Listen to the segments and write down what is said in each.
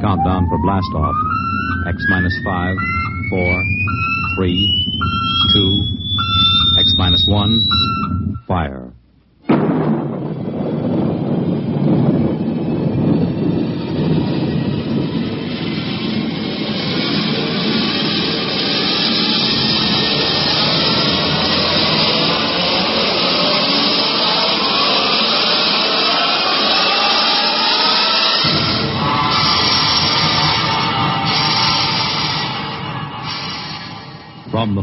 Countdown for blast off. X minus five, four, three, two, X minus one, fire. From the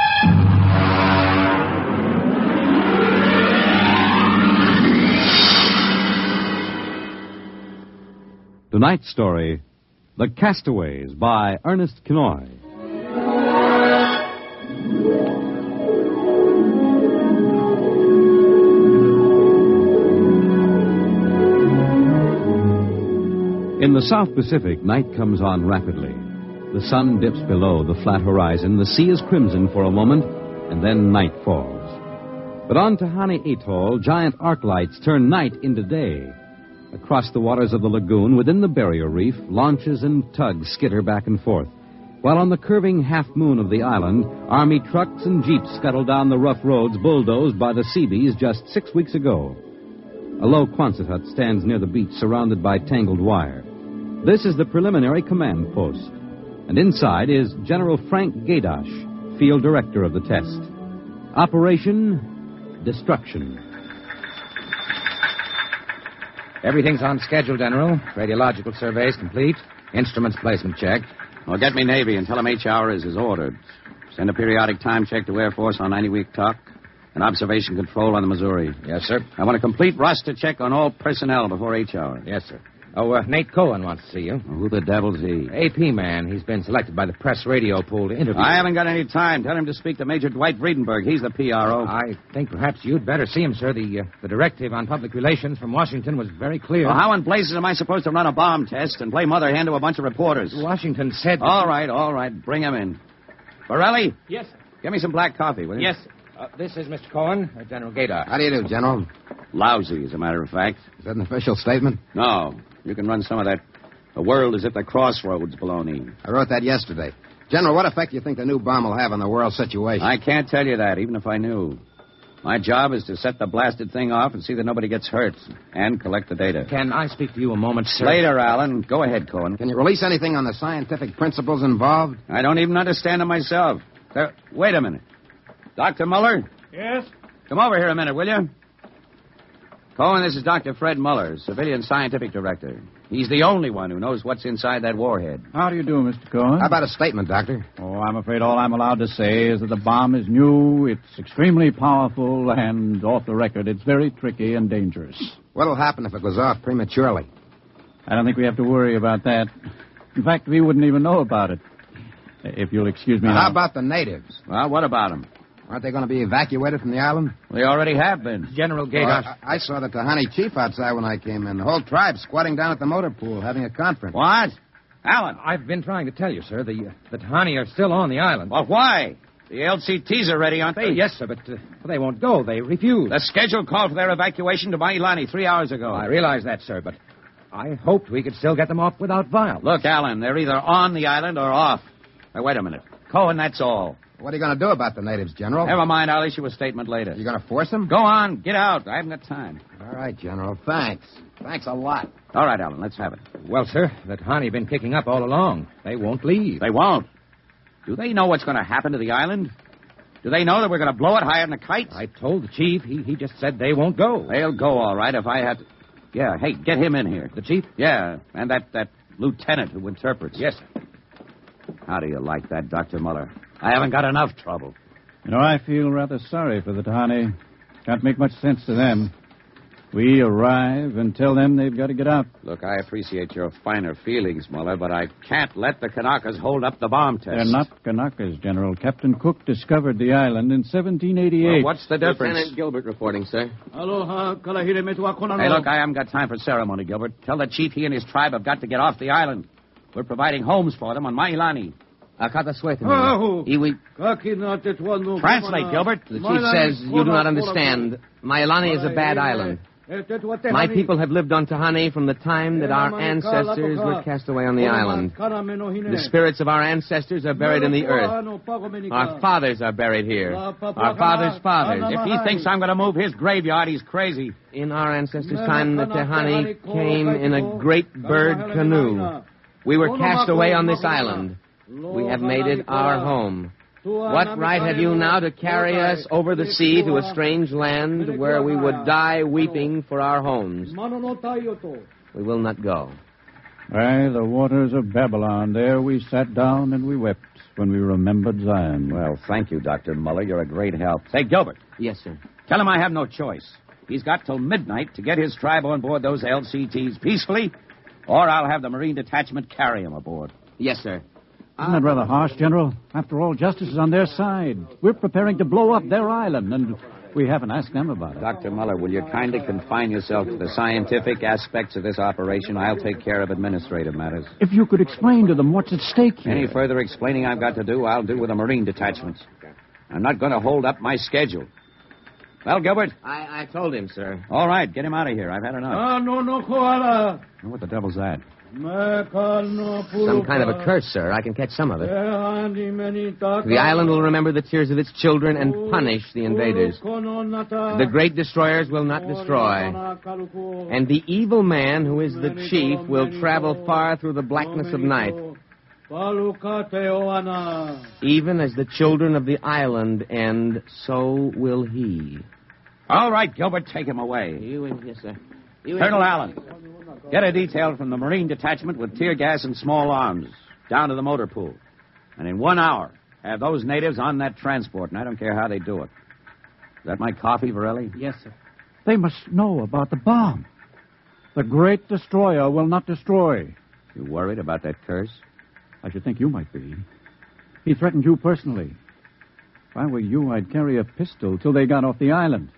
Tonight's story The Castaways by Ernest Kinoy. In the South Pacific, night comes on rapidly. The sun dips below the flat horizon, the sea is crimson for a moment, and then night falls. But on Tahani Atoll, giant arc lights turn night into day. Across the waters of the lagoon, within the barrier reef, launches and tugs skitter back and forth. While on the curving half moon of the island, army trucks and jeeps scuttle down the rough roads bulldozed by the Seabees just six weeks ago. A low Quonset hut stands near the beach surrounded by tangled wire. This is the preliminary command post. And inside is General Frank Gaidosh, field director of the test. Operation Destruction. Everything's on schedule, General. Radiological surveys complete. Instruments placement checked. Well, get me Navy and tell them each hour is as ordered. Send a periodic time check to Air Force on 90 week clock and observation control on the Missouri. Yes, sir. I want a complete roster check on all personnel before each hour. Yes, sir. Oh, uh, Nate Cohen wants to see you. Well, who the devil's he? AP man. He's been selected by the press radio pool to interview. I haven't got any time. Tell him to speak to Major Dwight Vredenberg. He's the PRO. I think perhaps you'd better see him, sir. The uh, the directive on public relations from Washington was very clear. Well, how in blazes am I supposed to run a bomb test and play mother hen to a bunch of reporters? Washington said. All right, all right. Bring him in. Borelli, Yes, sir. give me some black coffee, will you? yes. sir. Uh, this is Mr. Cohen, uh, General Gator. How do you do, General? Lousy, as a matter of fact. Is that an official statement? No, you can run some of that. The world is at the crossroads, baloney. I wrote that yesterday. General, what effect do you think the new bomb will have on the world situation? I can't tell you that, even if I knew. My job is to set the blasted thing off and see that nobody gets hurt and collect the data. Can I speak to you a moment, sir? Later, Alan. Go ahead, Cohen. Can you release anything on the scientific principles involved? I don't even understand it myself. There- wait a minute. Dr. Muller, Yes? come over here a minute, will you? Cohen, this is Dr. Fred Muller, civilian scientific director. He's the only one who knows what's inside that warhead. How do you do, Mr. Cohen? Uh, How about a statement, Doctor? Oh, I'm afraid all I'm allowed to say is that the bomb is new, it's extremely powerful, and off the record, it's very tricky and dangerous. What'll happen if it goes off prematurely? I don't think we have to worry about that. In fact, we wouldn't even know about it. If you'll excuse me. Uh, Now, I'll- how about the natives? Well, what about him? Aren't they going to be evacuated from the island? We already have been. General Oh, Gator. I, I saw the Tahani chief outside when I came in. The whole tribe squatting down at the motor pool having a conference. What? Alan, I've been trying to tell you, sir. The uh, the Tahani are still on the island. well, why? The LCTs are ready, aren't they? Hey, yes, sir, but uh, they won't go. They refuse. The schedule called for their evacuation to Mailani three hours ago. Oh, I realize that, sir, but I hoped we could still get them off without violence. Look, Alan, they're either on the island or off. Now, wait a minute. Cohen, that's all. What are you going to do about the natives, General? Never mind, I'll issue a statement later. You going to force them? Go on, get out. I haven't got time. All right, General. Thanks. Thanks a lot. All right, Alan, let's have it. Well, sir, the Tahani been kicking up all along. They won't leave. They won't. Do they know what's going to happen to the island? Do they know that we're going to blow it higher than a kite? I told the chief. He, he just said they won't go. They'll go, all right, if I had to. Yeah, hey, get him in here. The chief? Yeah, and that, that lieutenant who interprets. Yes, sir. How do you like that, Dr. Muller? I haven't got enough trouble. You know, I feel rather sorry for the Tahani. Can't make much sense to them. We arrive and tell them they've got to get out. Look, I appreciate your finer feelings, Muller, but I can't let the Kanakas hold up the bomb test. They're not Kanakas, General. Captain Cook discovered the island in 1788. Well, what's the difference? Lieutenant Gilbert reporting, sir. Aloha, kalahire metua Hey, look, I haven't got time for ceremony, Gilbert. Tell the chief he and his tribe have got to get off the island. We're providing homes for them on Mailani. Akata Swetha. Oh. Iwi. Translate, uh, Gilbert. The chief says you do not understand. Mailani is a bad island. My people have lived on Tahane from the time that our ancestors were cast away on the island. The spirits of our ancestors are buried in the earth. Our fathers are buried here. Our fathers' fathers. If he thinks I'm going to move his graveyard, he's crazy. In our ancestors' time, the Tehani came in a great bird canoe. We were cast away on this island. Oh, We have made it our home. What right have you now to carry us over the sea to a strange land where we would die weeping for our homes? We will not go. By the waters of Babylon, there we sat down and we wept when we remembered Zion. Well, thank you, Dr. Muller. You're a great help. Say, Gilbert, Yes, sir. tell him I have no choice. He's got till midnight to get his tribe on board those LCTs peacefully, or I'll have the Marine detachment carry him aboard. Yes, sir. Isn't that rather harsh, General? After all, justice is on their side. We're preparing to blow up their island, and we haven't asked them about it. Dr. Muller, will you kindly confine yourself to the scientific aspects of this operation? I'll take care of administrative matters. If you could explain to them what's at stake here. Any further explaining I've got to do, I'll do with the Marine detachment. I'm not going to hold up my schedule. Well, Gilbert, I, I told him, sir. all right, get him out of here. I've had enough. no no koala. What the devil's that? Some kind of a curse, sir. I can catch some of it. The Uh, island will remember the tears of its children and punish the invaders. The great destroyers will not destroy. And the evil man, who is the chief, will travel far through the blackness of night, even as the children of the island end, so will he. All right, Gilbert, take him away. Yes, sir. Colonel Allen, get a detail from the Marine detachment with tear gas and small arms down to the motor pool. And in one hour, have those natives on that transport, and I don't care how they do it. Is that my coffee, Varelli? Yes, sir. They must know about the bomb. The great destroyer will not destroy. You worried about that curse? I should think you might be. He threatened you personally. If I were you, I'd carry a pistol till they got off the island.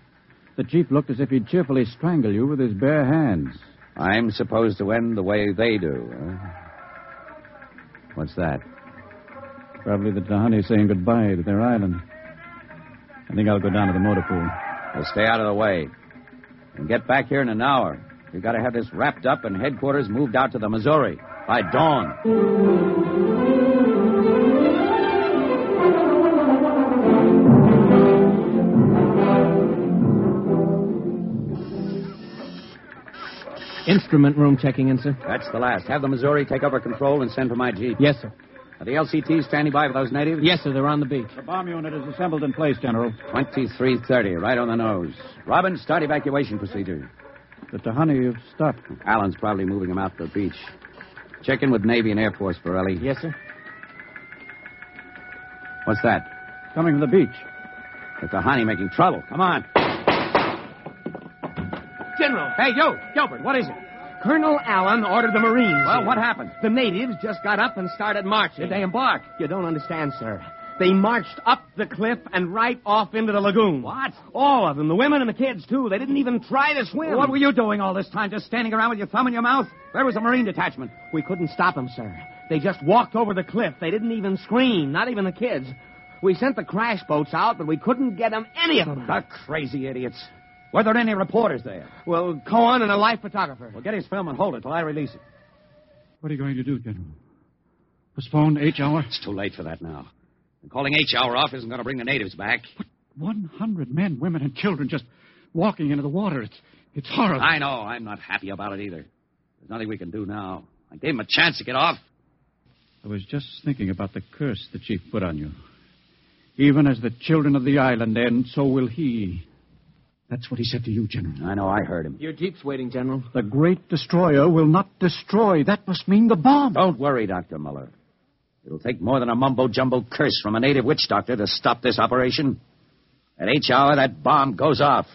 The chief looked as if he'd cheerfully strangle you with his bare hands. I'm supposed to end the way they do. Huh? What's that? Probably the Tahani saying goodbye to their island. I think I'll go down to the motor pool. Well, stay out of the way. And get back here in an hour. We've got to have this wrapped up and headquarters moved out to the Missouri by dawn. Instrument room checking in, sir. That's the last. Have the Missouri take over control and send for my jeep. Yes, sir. Are the LCTs standing by for those natives? Yes, sir. They're on the beach. The bomb unit is assembled in place, General. 2330, right on the nose. Robin, start evacuation procedure. The Tahani have stopped. Allen's probably moving them out to the beach. Check in with Navy and Air Force, Borelli. Yes, sir. What's that? Coming to the beach. The Tahani making trouble. Come on. General, Hey, you, Gilbert, what is it? Colonel Allen ordered the Marines. Well, in. what happened? The natives just got up and started marching. Did they embark? You don't understand, sir. They marched up the cliff and right off into the lagoon. What? All of them, the women and the kids, too. They didn't even try to swim. What were you doing all this time, just standing around with your thumb in your mouth? Where was the Marine detachment? We couldn't stop them, sir. They just walked over the cliff. They didn't even scream, not even the kids. We sent the crash boats out, but we couldn't get them, any of them. The crazy idiots. Were there any reporters there? Well, Cohen and a life photographer. Well, get his film and hold it till I release it. What are you going to do, General? Postpone H hour? It's too late for that now. And calling H hour off isn't going to bring the natives back. 100 men, women, and children just walking into the water. It's, it's horrible. I know. I'm not happy about it either. There's nothing we can do now. I gave him a chance to get off. I was just thinking about the curse the chief put on you. Even as the children of the island end, so will he. That's what he said to you, General. I know. I heard him. Your jeep's waiting, General. The great destroyer will not destroy. That must mean the bomb. Don't worry, Dr. Muller. It'll take more than a mumbo jumbo curse from a native witch doctor to stop this operation. At H hour, that bomb goes off.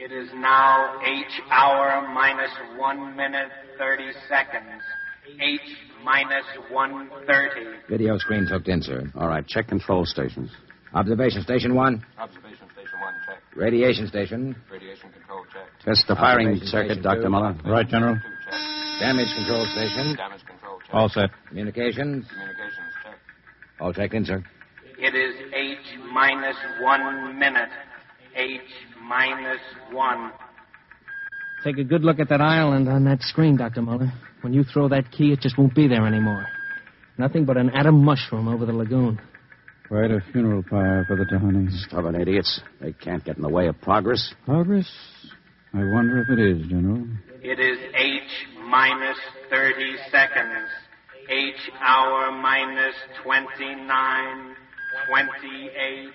It is now H hour minus one minute thirty seconds. H minus one thirty. Video screen's hooked in, sir. All right, check control stations. Observation station one. Observation station one, check. Radiation station. Radiation control, check. Test the firing Observation circuit, station Dr. two. Muller. Oh, Right, General. Two, check. Damage control station. Damage control, check. All set. Communications. Communications, check. All checked in, sir. It is H minus one minute. H minus one. Take a good look at that island on that screen, Dr. Muller. When you throw that key, it just won't be there anymore. Nothing but an atom mushroom over the lagoon. Quite a funeral pyre for the Tahani. Stubborn idiots. They can't get in the way of progress. Progress? I wonder if it is, General. It is H minus 30 seconds. H hour minus 29, 28,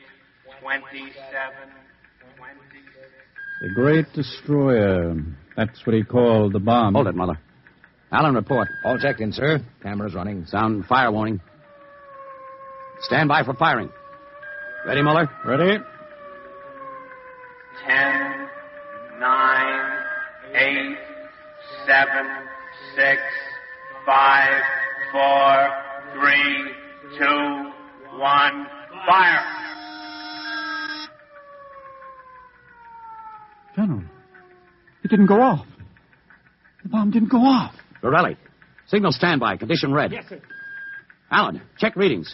27, 26. The Great Destroyer. That's what he called the bomb. Hold it, Muller. Allen, report. All checked in, sir. Cameras running. Sound fire warning. Stand by for firing. Ready, Muller? Ready? 10, 9, 8, 7, 6, 5, 4, 3, 2, 1, fire! General, it didn't go off. The bomb didn't go off. Borelli. Signal standby. Condition red. Yes, sir. Allen, check readings.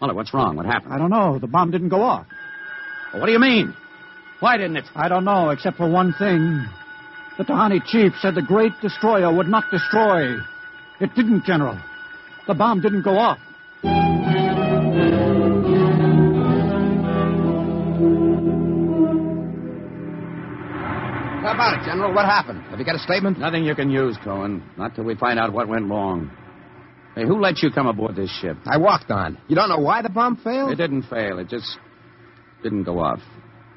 Muller, what's wrong? What happened? I don't know. The bomb didn't go off. Well, what do you mean? Why didn't it? I don't know, except for one thing. The Tahani chief said the Great Destroyer would not destroy. It didn't, General. The bomb didn't go off. How about it, General? What happened? Have you got a statement? Nothing you can use, Cohen. Not till we find out what went wrong. Hey, who let you come aboard this ship? I walked on. You don't know why the bomb failed? It didn't fail. It just didn't go off.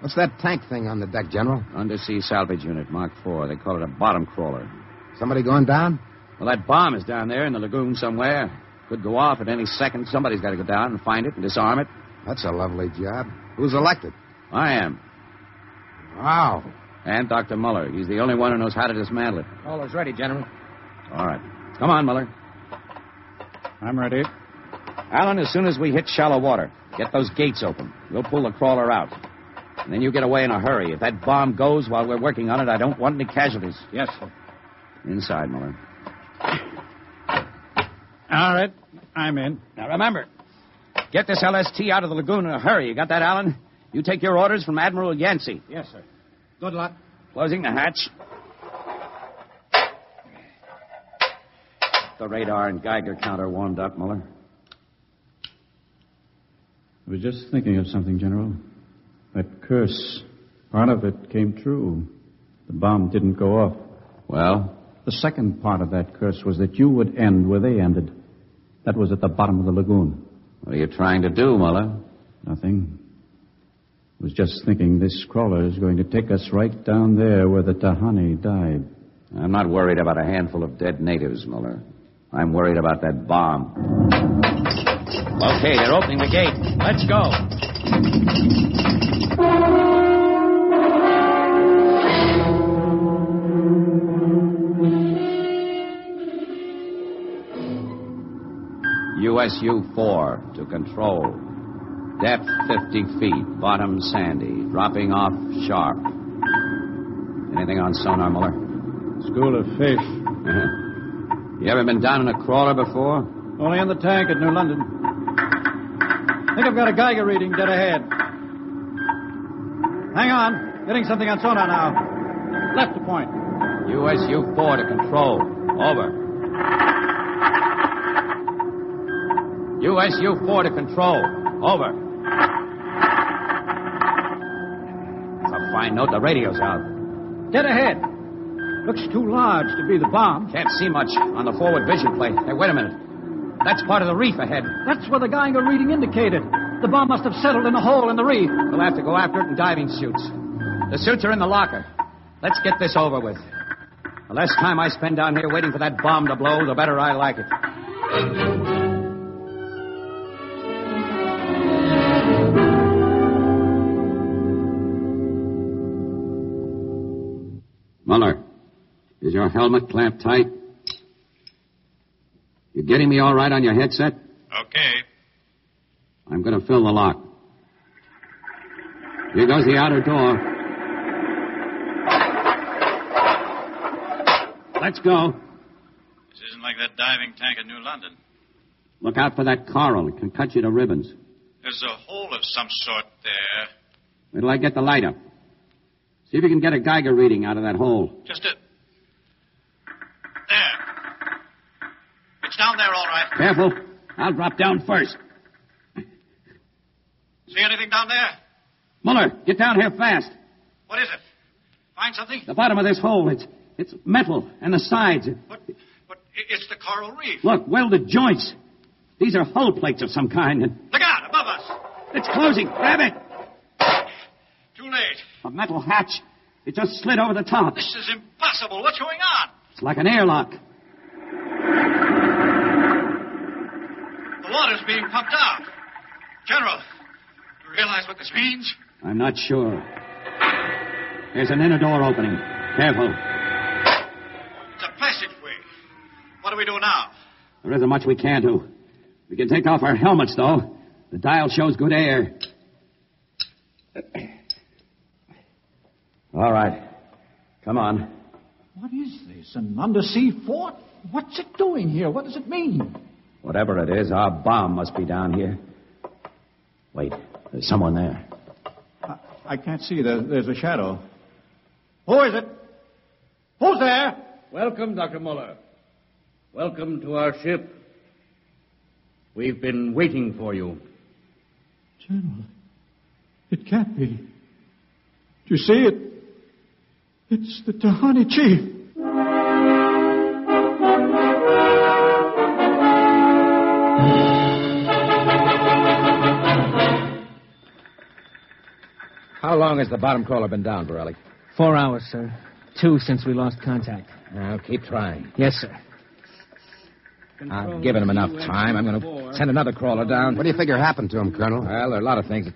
What's that tank thing on the deck, General? Undersea salvage unit, Mark IV. They call it a bottom crawler. Somebody going down? Well, that bomb is down there in the lagoon somewhere. Could go off at any second. Somebody's got to go down and find it and disarm it. That's a lovely job. Who's elected? I am. Wow. And Dr. Muller. He's the only one who knows how to dismantle it. All is ready, General. All right. Come on, Muller. I'm ready. Alan, as soon as we hit shallow water, get those gates open. We'll pull the crawler out. And then you get away in a hurry. If that bomb goes while we're working on it, I don't want any casualties. Yes, sir. Inside, Muller. All right. I'm in. Now remember, get this LST out of the lagoon in a hurry. You got that, Alan? You take your orders from Admiral Yancey. Yes, sir. Good luck. Closing the hatch. The radar and Geiger counter warmed up, Muller. I was just thinking of something, General. That curse, part of it came true. The bomb didn't go off. Well? The second part of that curse was that you would end where they ended. That was at the bottom of the lagoon. What are you trying to do, Muller? Nothing. I was just thinking this crawler is going to take us right down there where the Tahani died. I'm not worried about a handful of dead natives, Muller. I'm worried about that bomb. Okay, they're opening the gate. Let's go. USU 4 to control. Depth 50 feet, bottom sandy, dropping off sharp. Anything on sonar, Muller? School of fish. Uh-huh. You ever been down in a crawler before? Only in the tank at New London. Think I've got a Geiger reading dead ahead. Hang on. Getting something on sonar now. Left to point. USU 4 to control. Over. USU 4 to control. Over. It's a fine note. The radio's out. Dead ahead. Looks too large to be the bomb. Can't see much on the forward vision plate. Hey, wait a minute. That's part of the reef ahead. That's where the Geiger reading indicated. The bomb must have settled in a hole in the reef. We'll have to go after it in diving suits. The suits are in the locker. Let's get this over with. The less time I spend down here waiting for that bomb to blow, the better I like it. Muller, is your helmet clamped tight? You getting me all right on your headset? Okay. I'm going to fill the lock. Here goes the outer door. Let's go. This isn't like that diving tank in New London. Look out for that coral. It can cut you to ribbons. There's a hole of some sort there. Wait till I get the light up. See if you can get a Geiger reading out of that hole. Just a. There. It's down there, all right. Careful. I'll drop down first. See anything down there? Muller, get down here fast. What is it? Find something? The bottom of this hole, it's it's metal, and the sides. But i- it's the coral reef. Look, welded joints. These are hull plates of some kind, and Look out, above us. it's closing. Grab it. Too late. A metal hatch. It just slid over the top. This is impossible. What's going on? It's like an airlock. The water's being pumped out. General, you realize what this means? I'm not sure. There's an inner door opening. Careful. It's a passageway. What do we do now? There isn't much we can do. We can take off our helmets, though. The dial shows good air. All right. Come on. What is this? An undersea fort? What's it doing here? What does it mean? Whatever it is, our bomb must be down here. Wait, there's someone there. I can't see. There, there's a shadow. Who is it? Who's there? Welcome, Dr. Muller. Welcome to our ship. We've been waiting for you. General, it can't be. Do you see it? It's the Tahani chief. How long has the bottom crawler been down, Borelli? Four hours, sir. Two since we lost contact. Now, keep trying. Yes, sir. I've given him enough time. I'm going to send another crawler down. What do you figure happened to him, Colonel? Well, there are a lot of things.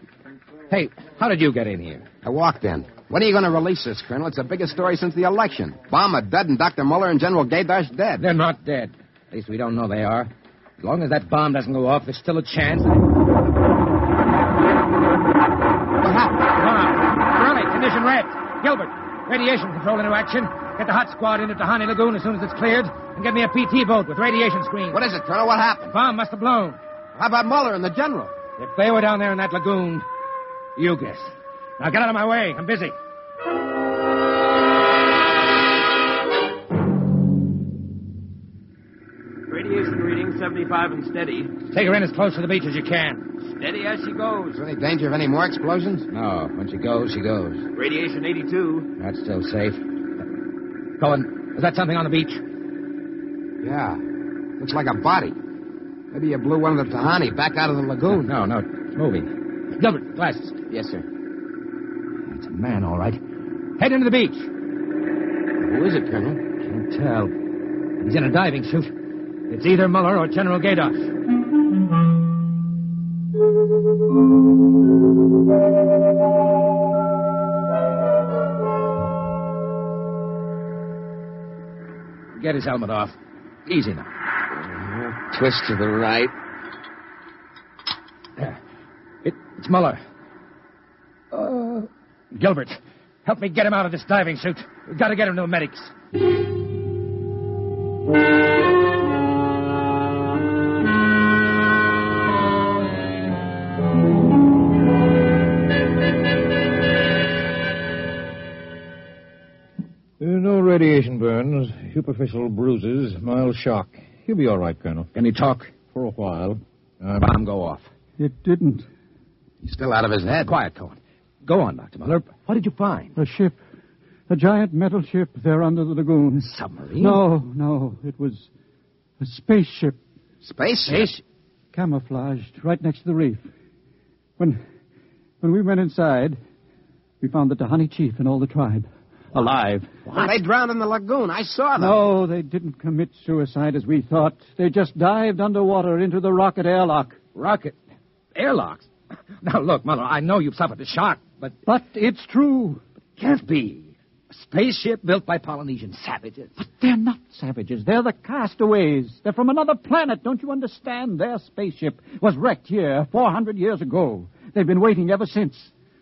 Hey, how did you get in here? I walked in. When are you going to release this, Colonel? It's the biggest story since the election. Bomber dead and Dr. Muller and General Gaydar's dead. They're not dead. At least we don't know they are. As long as that bomb doesn't go off, there's still a chance. Burley, condition red. Gilbert, radiation control into action. Get the hot squad into Tahani Lagoon as soon as it's cleared, and get me a PT boat with radiation screens. What is it, Colonel? What happened? The bomb must have blown. How about Muller and the General? If they were down there in that lagoon, you guess. Now get out of my way. I'm busy. Radiation reading 75 and steady. Take her in as close to the beach as you can. Steady as she goes. Is there any danger of any more explosions? No. When she goes, she goes. Radiation 82. That's still safe. Cohen, is that something on the beach? Yeah. Looks like a body. Maybe you blew one of the Tahani back out of the lagoon. No, no. It's moving. Gilbert, glasses. Yes, sir. It's a man, all right. Head into the beach. Who is it, Colonel? Can't tell. He's in a diving suit. It's either Muller or General Gadoff. Get his helmet off. Easy now. Twist to the right. It, it's Muller. Uh, Gilbert, help me get him out of this diving suit. We've got to get him to the medics. Uh, No radiation burns, superficial bruises, mild shock. He'll be all right, Colonel. Can he talk? For a while. Bomb go off. It didn't. He's still out of his head. Quiet, Cohen. Go on, Dr. Muller. What did you find? A ship. A giant metal ship there under the lagoon. Submarine? No, no. It was a spaceship. Spaceship? Camouflaged right next to the reef. When, when we went inside, we found the Tahani chief and all the tribe. Alive. Well, They drowned in the lagoon. I saw them. No, they didn't commit suicide as we thought. They just dived underwater into the rocket airlock. Rocket? Airlocks? Now, look, Muller, I know you've suffered a shock, but But it's true. can't be. A spaceship built by Polynesian savages. They're not savages. They're the castaways. They're from another planet. Don't you understand? Their spaceship was wrecked here 400 years ago. They've been waiting ever since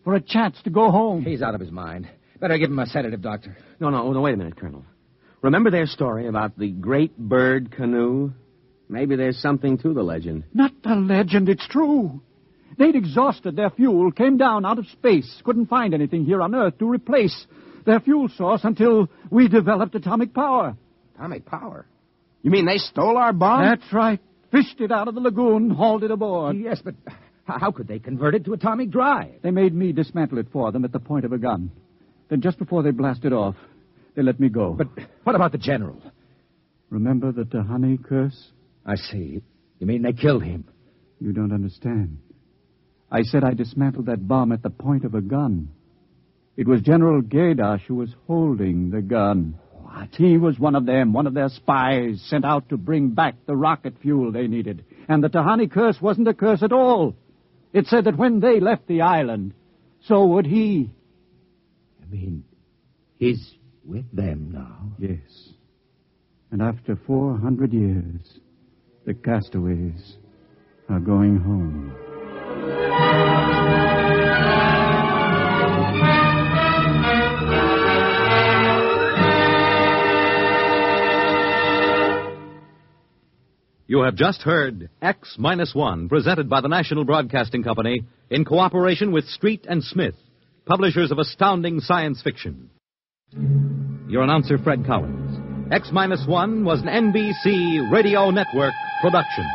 for a chance to go home. He's out of his mind. Better give him a sedative, Doctor. No, no, no, wait a minute, Colonel. Remember their story about the great bird canoe? Maybe there's something to the legend. Not a legend. It's true. They'd exhausted their fuel, came down out of space, couldn't find anything here on Earth to replace their fuel source until we developed atomic power. Atomic power? You mean they stole our bomb? That's right. Fished it out of the lagoon, hauled it aboard. Yes, but h- how could they convert it to atomic drive? They made me dismantle it for them at the point of a gun. Then just before they blasted off, they let me go. But what about the general? Remember the Tahani curse? I see. You mean they killed him? You don't understand. I said I dismantled that bomb at the point of a gun. It was General Gaidash who was holding the gun. What? He was one of them, one of their spies sent out to bring back the rocket fuel they needed. And the Tahani curse wasn't a curse at all. It said that when they left the island, so would he. I mean, he's with them now. Yes. And after 400 years, the castaways are going home. You have just heard X Minus One, presented by the National Broadcasting Company in cooperation with Street and Smith, publishers of astounding science fiction. Your announcer, Fred Collins. X Minus One was an NBC Radio Network production.